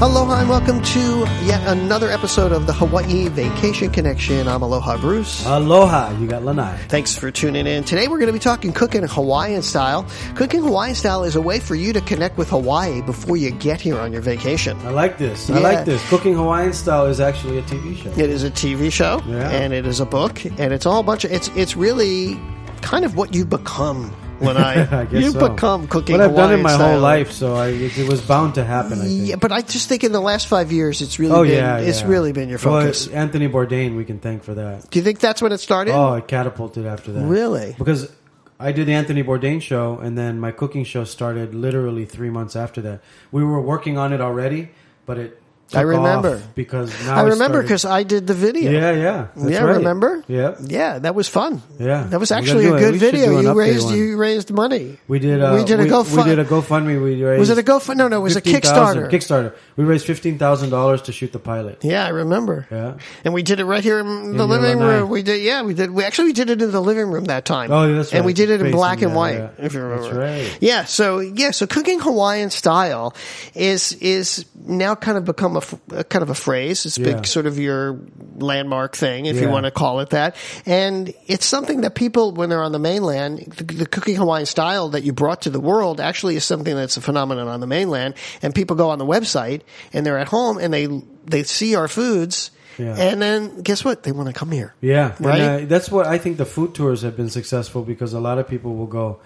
Aloha and welcome to yet another episode of the Hawaii Vacation Connection. I'm Aloha Bruce. Aloha, you got Lanai. Uh, Thanks for tuning in. Today we're going to be talking cooking Hawaiian style. Cooking Hawaiian style is a way for you to connect with Hawaii before you get here on your vacation. I like this. I Yeah. like this. Cooking Hawaiian style is actually a TV show. It is a TV show Yeah. and it is a book and it's all a bunch of it's it's really kind of what you become when I, I guess you so. become cooking What I've Hawaiian done in my style. whole life, so I, it, it was bound to happen. I think. Yeah, but I just think in the last five years, it's really oh been, yeah, it's yeah. really been your Well, focus. Anthony Bourdain, we can thank for that. Do you think that's when it started? Oh, it catapulted after that. Really? Because I did the Anthony Bourdain show, and then my cooking show started literally three months after that. We were working on it already, but it. I took remember. off because now I it remember started- because I did the video. Yeah, yeah, that's Yeah, right. remember? Yeah, Yeah, that was fun. Yeah. that was We gotta actually a do it. good We should do video. an You update raised one. you raised money. We did. Uh, we did a GoFundMe. We did a GoFundMe. We raised. Was it a GoFund- no, no, it was a 15,000 Kickstarter. Kickstarter. We raised fifteen thousand dollars to shoot the pilot. yeah, I remember. Yeah. and we did it right here in the In living Lanai. room. We did, yeah, we did. We actually we did it in the living room that time. Oh, that's And we right. did it in Facing- black and yeah, white, yeah. if you remember. That's right. Yeah. So yeah, so cooking Hawaiian style is is now kind of become a, f- a kind of a phrase. It's Yeah. big, sort of your landmark thing, if you Yeah. want to call it that. And it's something that people, when they're on the mainland, the, the cooking Hawaiian style that you brought to the world actually is something that's a phenomenon on the mainland. And people go on the website and they're at home and they they see our foods. Yeah. And then guess what? They want to come here. Yeah, and, Right? uh, that's what I think the food tours have been successful because a lot of people will go,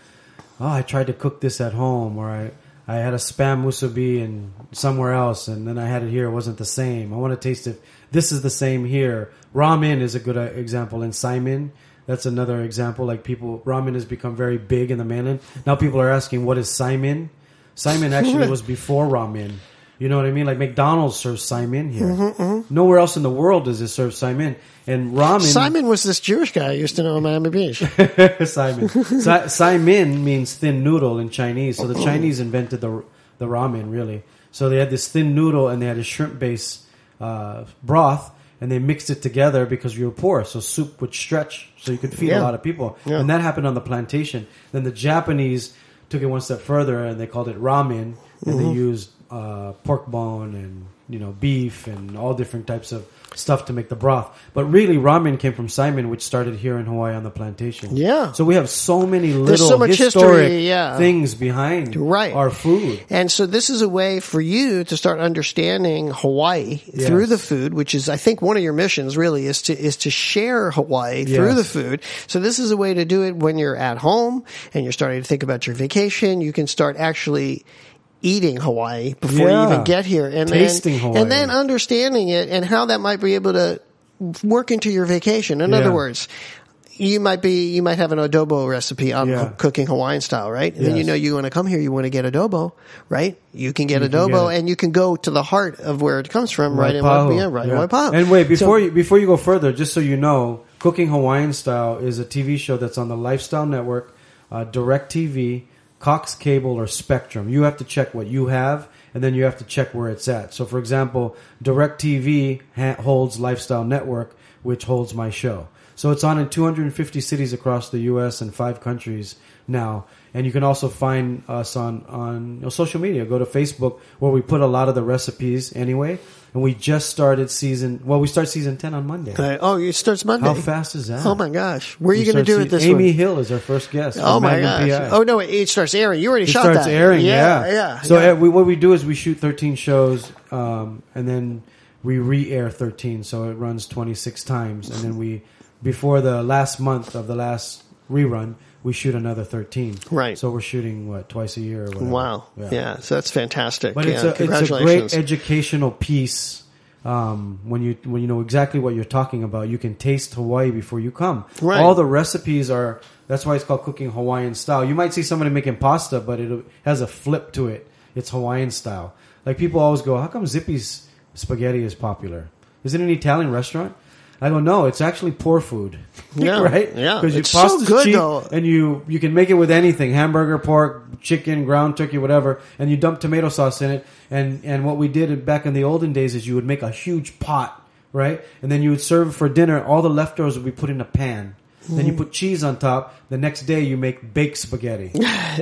"Oh, I tried to cook this at home, or I I had a spam musubi and somewhere else, and then I had it here. It wasn't the same. I want to taste it. This is the same here. Ramen is a good uh, example, and Simon." That's another example. Like people, ramen has become very big in the mainland. Now people are asking, "What is Simon?" Simon actually was before ramen. You know what I mean? Like McDonald's serves Simon here. Nowhere else in the world does it serve Simon. And ramen Simon was this Jewish guy I used to know in Miami Beach. Simon. Si- Simon means thin noodle in Chinese. So the Chinese invented the the ramen really. So they had this thin noodle and they had a shrimp based uh, broth and they mixed it together because you were poor, so soup would stretch, so you could feed Yeah. a lot of people. Yeah. And that happened on the plantation. Then the Japanese took it one step further and they called it ramen, and Mm-hmm. they used uh, pork bone and you know beef and all different types of stuff to make the broth. But really, ramen came from Simon, which started here in Hawaii on the plantation. Yeah. So we have so many little so much historic history, yeah. things behind Right. our food. And so this is a way for you to start understanding Hawaii Yes. through the food, which is I think one of your missions really is to is to share Hawaii through Yes. the food. So this is a way to do it when you're at home and you're starting to think about your vacation, you can start actually eating Hawaii before you Yeah. even get here and then- Tasting Hawaii. and then understanding it and how that might be able to work into your vacation. In other Yeah. words, you might be you might have an adobo recipe on Yeah. cooking Hawaiian style, right? And then you Yes. know you want to come here, you want to get adobo, right? You can get adobo, get it. and you can go to the heart of where it comes from, right? In Waipahu. Waipahu, right? in Yeah. Waipahu. And wait, before So- you before you go further, just so you know, Cooking Hawaiian Style is a TV show that's on the Lifestyle Network, uh, Direct TV, Cox Cable, or Spectrum. You have to check what you have, and then you have to check where it's at. So, for example, Direct TV ha- holds Lifestyle Network, which holds my show. So it's on in 250 cities across the U.S. and five countries now. And you can also find us on on you know, social media. Go to Facebook where we put a lot of the recipes anyway. And we just started season. Well, we start season 10 on Monday. Uh, oh, it starts Monday. How fast is that? Oh my gosh, where are you We going to start do it season- this Amy week? Hill is our first guest. Oh from my Magnum gosh! PI. Oh no, wait, it starts airing. You already It shot starts that. airing. Yeah, yeah. yeah So yeah. uh, we, what we do is we shoot 13 shows, um, and then we re-air 13, so it runs 26 times, and then we before the last month of the last rerun, we shoot another 13. Right. So we're shooting what twice a year. Or whatever. wow, yeah. So that's fantastic. But yeah, it's, a, it's a congratulations. great educational piece. Um, when you when you know exactly what you're talking about, you can taste Hawaii before you come. Right. All the recipes are. That's why it's called cooking Hawaiian style. You might see somebody making pasta, but it has a flip to it. It's Hawaiian style. Like people always go, "How come Zippy's spaghetti is popular? Is it an Italian restaurant?" I go, "No, it's actually poor food, Yeah, right? yeah. because your It's so pasta's good, cheap though. and you you can make it with anything hamburger pork chicken ground turkey whatever and you dump tomato sauce in it and and what we did back in the olden days is you would make a huge pot right and then you would serve it for dinner all the leftovers would be put in a pan Then Mm. you put cheese on top. The next day you make baked spaghetti.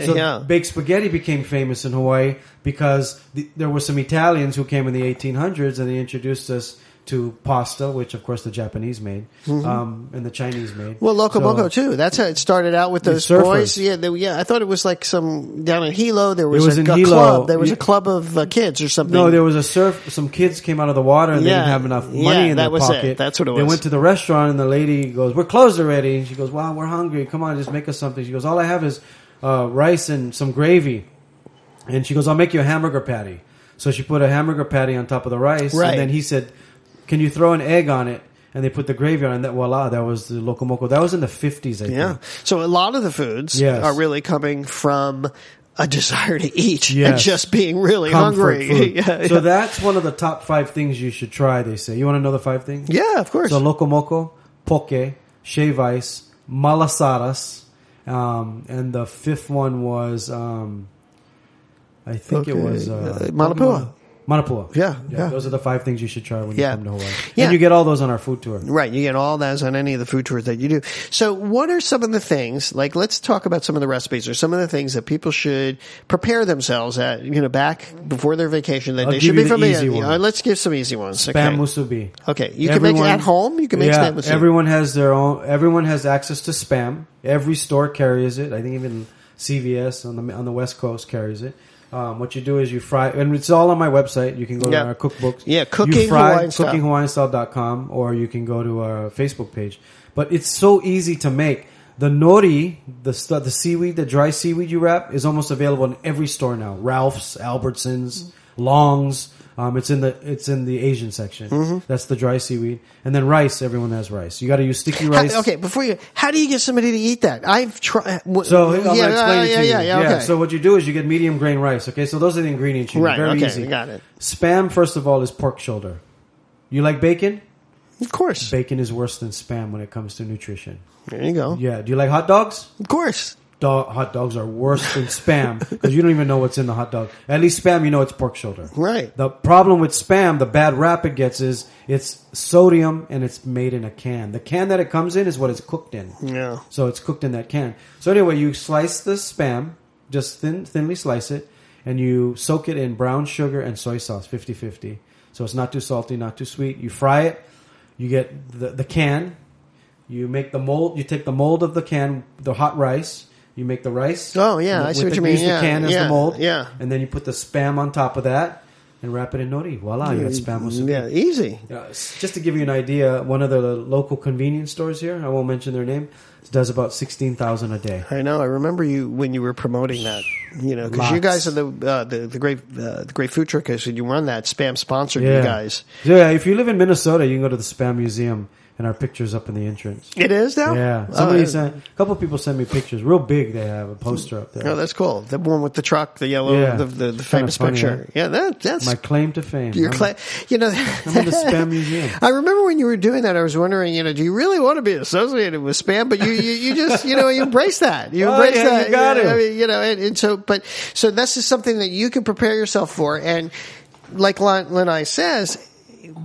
so Yeah. baked spaghetti became famous in Hawaii because the, there were some Italians who came in the 1800s and they introduced us to pasta, which of course the Japanese made um, and the Chinese made. Mm-hmm. Well, Loco So- Boco too. That's how it started out with those surfers. boys. Yeah, they, yeah. I thought it was like some down in Hilo. There was, was a, in a Hilo. club. There was a Yeah. club of uh, kids or something. No, there was a surf. Some kids came out of the water and they Yeah. didn't have enough money Yeah, in that their was it. pocket. That's what it They was. went to the restaurant and the lady goes, "We're closed already." And she goes, "Wow, we're hungry. Come on, just make us something." She goes, "All I have is uh, rice and some gravy," and she goes, "I'll make you a hamburger patty." So she put a hamburger patty on top of the rice, Right. and then he said, "Can you throw an egg on it?" And they put the gravy on it. And that voila, that was the locomoco. That was in the fifties, I Yeah. think. So a lot of the foods Yes. are really coming from a desire to eat and Yes. just being really Comfort hungry. food. yeah, so yeah. that's one of the top five things you should try. They say. You want to know the five things? yeah, of course. So locomoco, poke, shave ice, malasadas, um, and the fifth one was, um, I think it Okay. was Uh, uh, Manapua. Manapua. Yeah, yeah. Those are the five things you should try when Yeah. you come to Hawaii. Yeah. And you get all those on our food tour. Right, you get all those on any of the food tours that you do. So, what are some of the things? Like, let's talk about some of the recipes or some of the things that people should prepare themselves at. You know, back before their vacation that I'll they give should be you the familiar. easy one. Uh, Let's give some easy ones. Spam okay. musubi. Okay, you can make it Everyone- at home. You can make spam musubi. Everyone has their own. Everyone has access to spam. Every store carries it. I think even CVS on the on the West Coast carries it. Um, what you do is you fry, and it's all on my website. You can go Yeah. to our cookbooks. Yeah, You Cooking fry, Hawaiian Style. cookinghawaiianstyle.com, or you can go to our Facebook page. But it's so easy to make. The nori, the stu- the seaweed, the dry seaweed you wrap, is almost available in every store now. Ralph's, Albertsons, Longs. Um, it's in the it's in the Asian section. Mm-hmm. That's the dry seaweed, and then rice. Everyone has rice. You got to use sticky How- rice. okay, before you, how do you get somebody to eat that? I've tried. So I'm yeah, gonna explain yeah, it to yeah, you. yeah, yeah, okay. So what you do is you get medium grain rice. Okay, so those are the ingredients you need. Right, Very okay, easy. got it. Spam, first of all, is pork shoulder. You like bacon? of course, Bacon is worse than spam when it comes to nutrition. there you go. Yeah. Do you like hot dogs? Of course, Dog, hot dogs are worse than spam because you don't even know what's in the hot dog. At least spam, you know it's pork shoulder. right? The problem with spam, the bad rap it gets is it's sodium and it's made in a can. The can that it comes in is what it's cooked in. Yeah. So it's cooked in that can. So anyway, you slice the spam, just thin, thinly slice it, and you soak it in brown sugar and soy sauce, 50-50. So it's not too salty, not too sweet. You fry it. You get the, the can. You make the mold. You take the mold of the can, the hot rice. You make the rice. Oh, yeah, with- I see with what you the- mean. use Yeah, the can as yeah, the mold. yeah. And then you put the spam on top of that and wrap it in nori. Voila, you got Mm, spam with some Yeah, easy. yeah, s- just to give you an idea, one of the local convenience stores here, I won't mention their name, does about 16,000 a day. I know. I remember you when you were promoting that. You know, because you Lots. guys are the uh, the, the great uh, the great food truckers, and you run that spam sponsored you guys. Yeah, if you live in Minnesota, you can go to the Spam Museum and our pictures up in the entrance. It is now. Yeah. Oh, Somebody I- sent a couple people sent me pictures, real big they have a poster up there. Oh, that's cool. The one with the truck, the yellow, Yeah. the the, the It's kinda famous funny, picture. right? Yeah, that that's My claim to fame. your I'm- cla- You know, I'm in the Spam Museum. I remember when you were doing that. I was wondering, you know, do you really want to be associated with spam? But you, you, you just, you know, you embrace that. You Oh, embrace yeah, that. you got know, it. I mean, you know, and, and so, but so this is something that you can prepare yourself for. And like Len- Lenai says.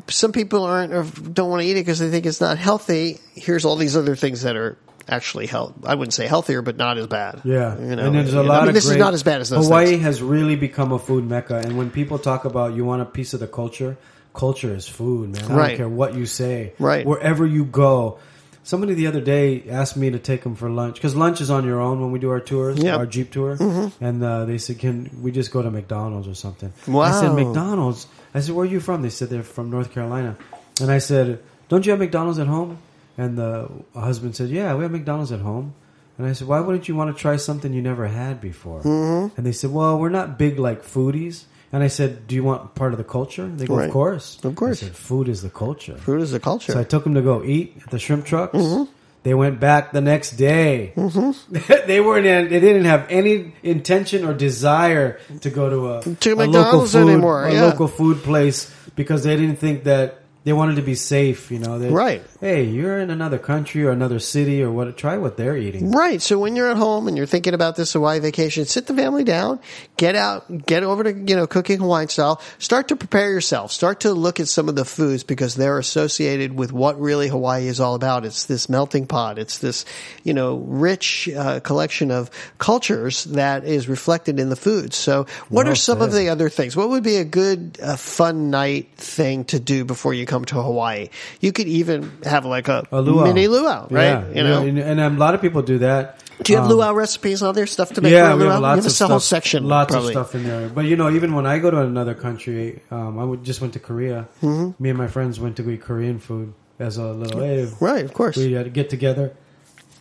Some people aren't or don't want to eat it because they think it's not healthy. Here's all these other things that are actually health. I wouldn't say healthier, but not as bad. Yeah, you know, and there's you a know, lot I mean, of this is great- not as bad as those Hawaii things. has really become a food mecca, and when people talk about you want a piece of the culture, culture is food, man. I Right. don't care what you say, Right. Wherever you go, somebody the other day asked me to take them for lunch because lunch is on your own when we do our tours, Yeah. Mm-hmm. our jeep tour, and uh, they said, "Can we just go to McDonald's or something?" I said, Wow. "McDonald's." I said, "Where are you from?" They said they're from North Carolina, and I said, "Don't you have McDonald's at home?" And the husband said, "Yeah, we have McDonald's at home." And I said, "Why wouldn't you want to try something you never had before?" Mm-hmm. And they said, "Well, we're not big like foodies." And I said, "Do you want part of the culture?" They go, Right. "Of course, Of course. I said, "Food is the culture." Food is a culture. So I took them to go eat at the shrimp trucks. Mm-hmm. They went back the next day. Mm-hmm. they weren't. In, they didn't have any intention or desire to go to a To a McDonald's local food, anymore, A yeah. local food place because they didn't think that they wanted to be safe. You know, they, Right. hey, you're in another country or another city or what? Try what they're eating. Right. So when you're at home and you're thinking about this Hawaii vacation, sit the family down, get out, get over to, you know, cooking Hawaiian style, start to prepare yourself, start to look at some of the foods because they're associated with what really Hawaii is all about. It's this melting pot. It's this, you know, rich uh, collection of cultures that is reflected in the foods. So what Well are some of said. the other things? What would be a good, uh, fun night thing to do before you come to Hawaii? You could even have like a, A luau. mini luau, right? Yeah, and, and a lot of people do that. Do you have Um, luau recipes on there? Stuff to make yeah, for a we luau? have lots Give of us a stuff, whole section. lots probably. of stuff in there. But you know, even when I go to another country, um, I would, just went to Korea. Me and my friends went to eat Korean food as a little. Hey, Right, of course. we had to get together,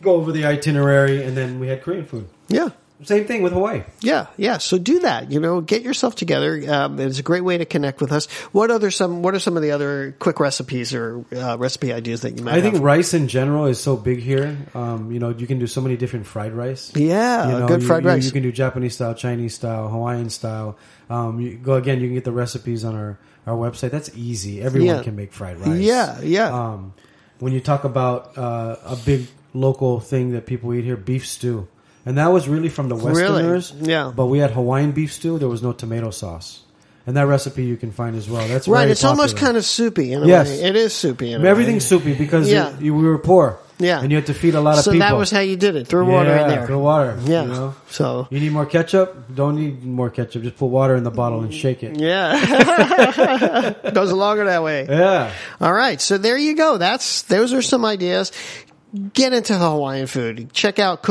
go over the itinerary, and then we had Korean food. yeah. Same thing with Hawaii. Yeah, yeah. So do that. You know, get yourself together. Um, it's a great way to connect with us. What other some? What are some of the other quick recipes or uh, recipe ideas that you might? I think have? rice in general is so big here. Um, you know, you can do so many different fried rice. Yeah, you know, Uh, good you- fried you, rice. You can do Japanese style, Chinese style, Hawaiian style. Um, you go again. You can get the recipes on our our website. That's easy. Everyone Yeah. can make fried rice. Yeah, yeah. Um, when you talk about uh, a big local thing that people eat here, beef stew, and that was really from the Westerners. Yeah. But we had Hawaiian beef stew. There was no tomato sauce, and that recipe you can find as well. That's right. very It's almost popular. kind of soupy. In a Yes. way. it is soupy. In a way. everything's soupy because Yeah. it- you, we were poor. Yeah. and you had to feed a lot of So people. that was how you did it. Throw water in Yeah, there. Throw water. yeah. You know? So You need more ketchup? Don't need more ketchup. Just put water in the bottle and shake it. yeah, goes longer that way. Yeah. All right, so there you go. That's those are some ideas. Get into Hawaiian food. Check out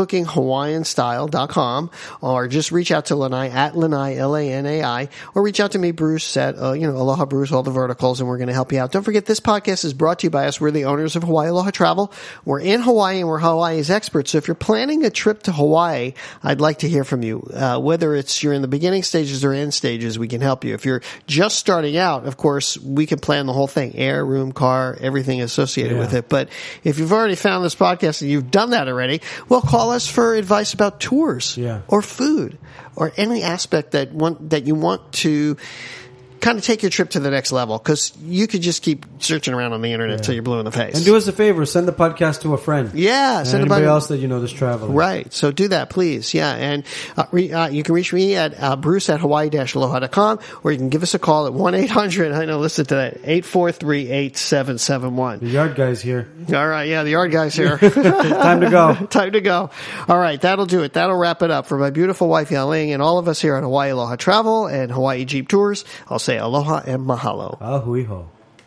cookinghawaiianstyle.com or just reach out to Lanai at Lanai, L-A-N-A-I, or reach out to me, Bruce, at, uh, you know, Aloha Bruce, all the verticals, and we're going to help you out. Don't forget, this podcast is brought to you by us. We're the owners of Hawaii Aloha Travel. We're in Hawaii and we're Hawaii's experts. So if you're planning a trip to Hawaii, I'd like to hear from you. Uh, whether it's you're in the beginning stages or end stages, we can help you. If you're just starting out, of course, we can plan the whole thing air, room, car, everything associated Yeah. with it. But if you've already found this podcast and you've done that already, well, call us for advice about tours Yeah. or food or any aspect that want, that you want to kind of take your trip to the next level because you could just keep searching around on the internet till you're blue in the face. And do us a favor, send the podcast to a friend. yeah, And send anybody about- else that you know that's traveling. Right. So do that, please. Yeah. And uh, re, uh, you can reach me at uh, bruce at hawaii-aloha.com or you can give us a call at 1-800, I know, listen to that, 843-8771. The yard guy's here. All right. Yeah, the yard guy's here. Time to go. Time to go. All right. That'll do it. That'll wrap it up. For my beautiful wife, Yaling, and all of us here at Hawaii Aloha Travel and Hawaii Jeep Tours, I'll say aloha and mahalo. Ahuiho.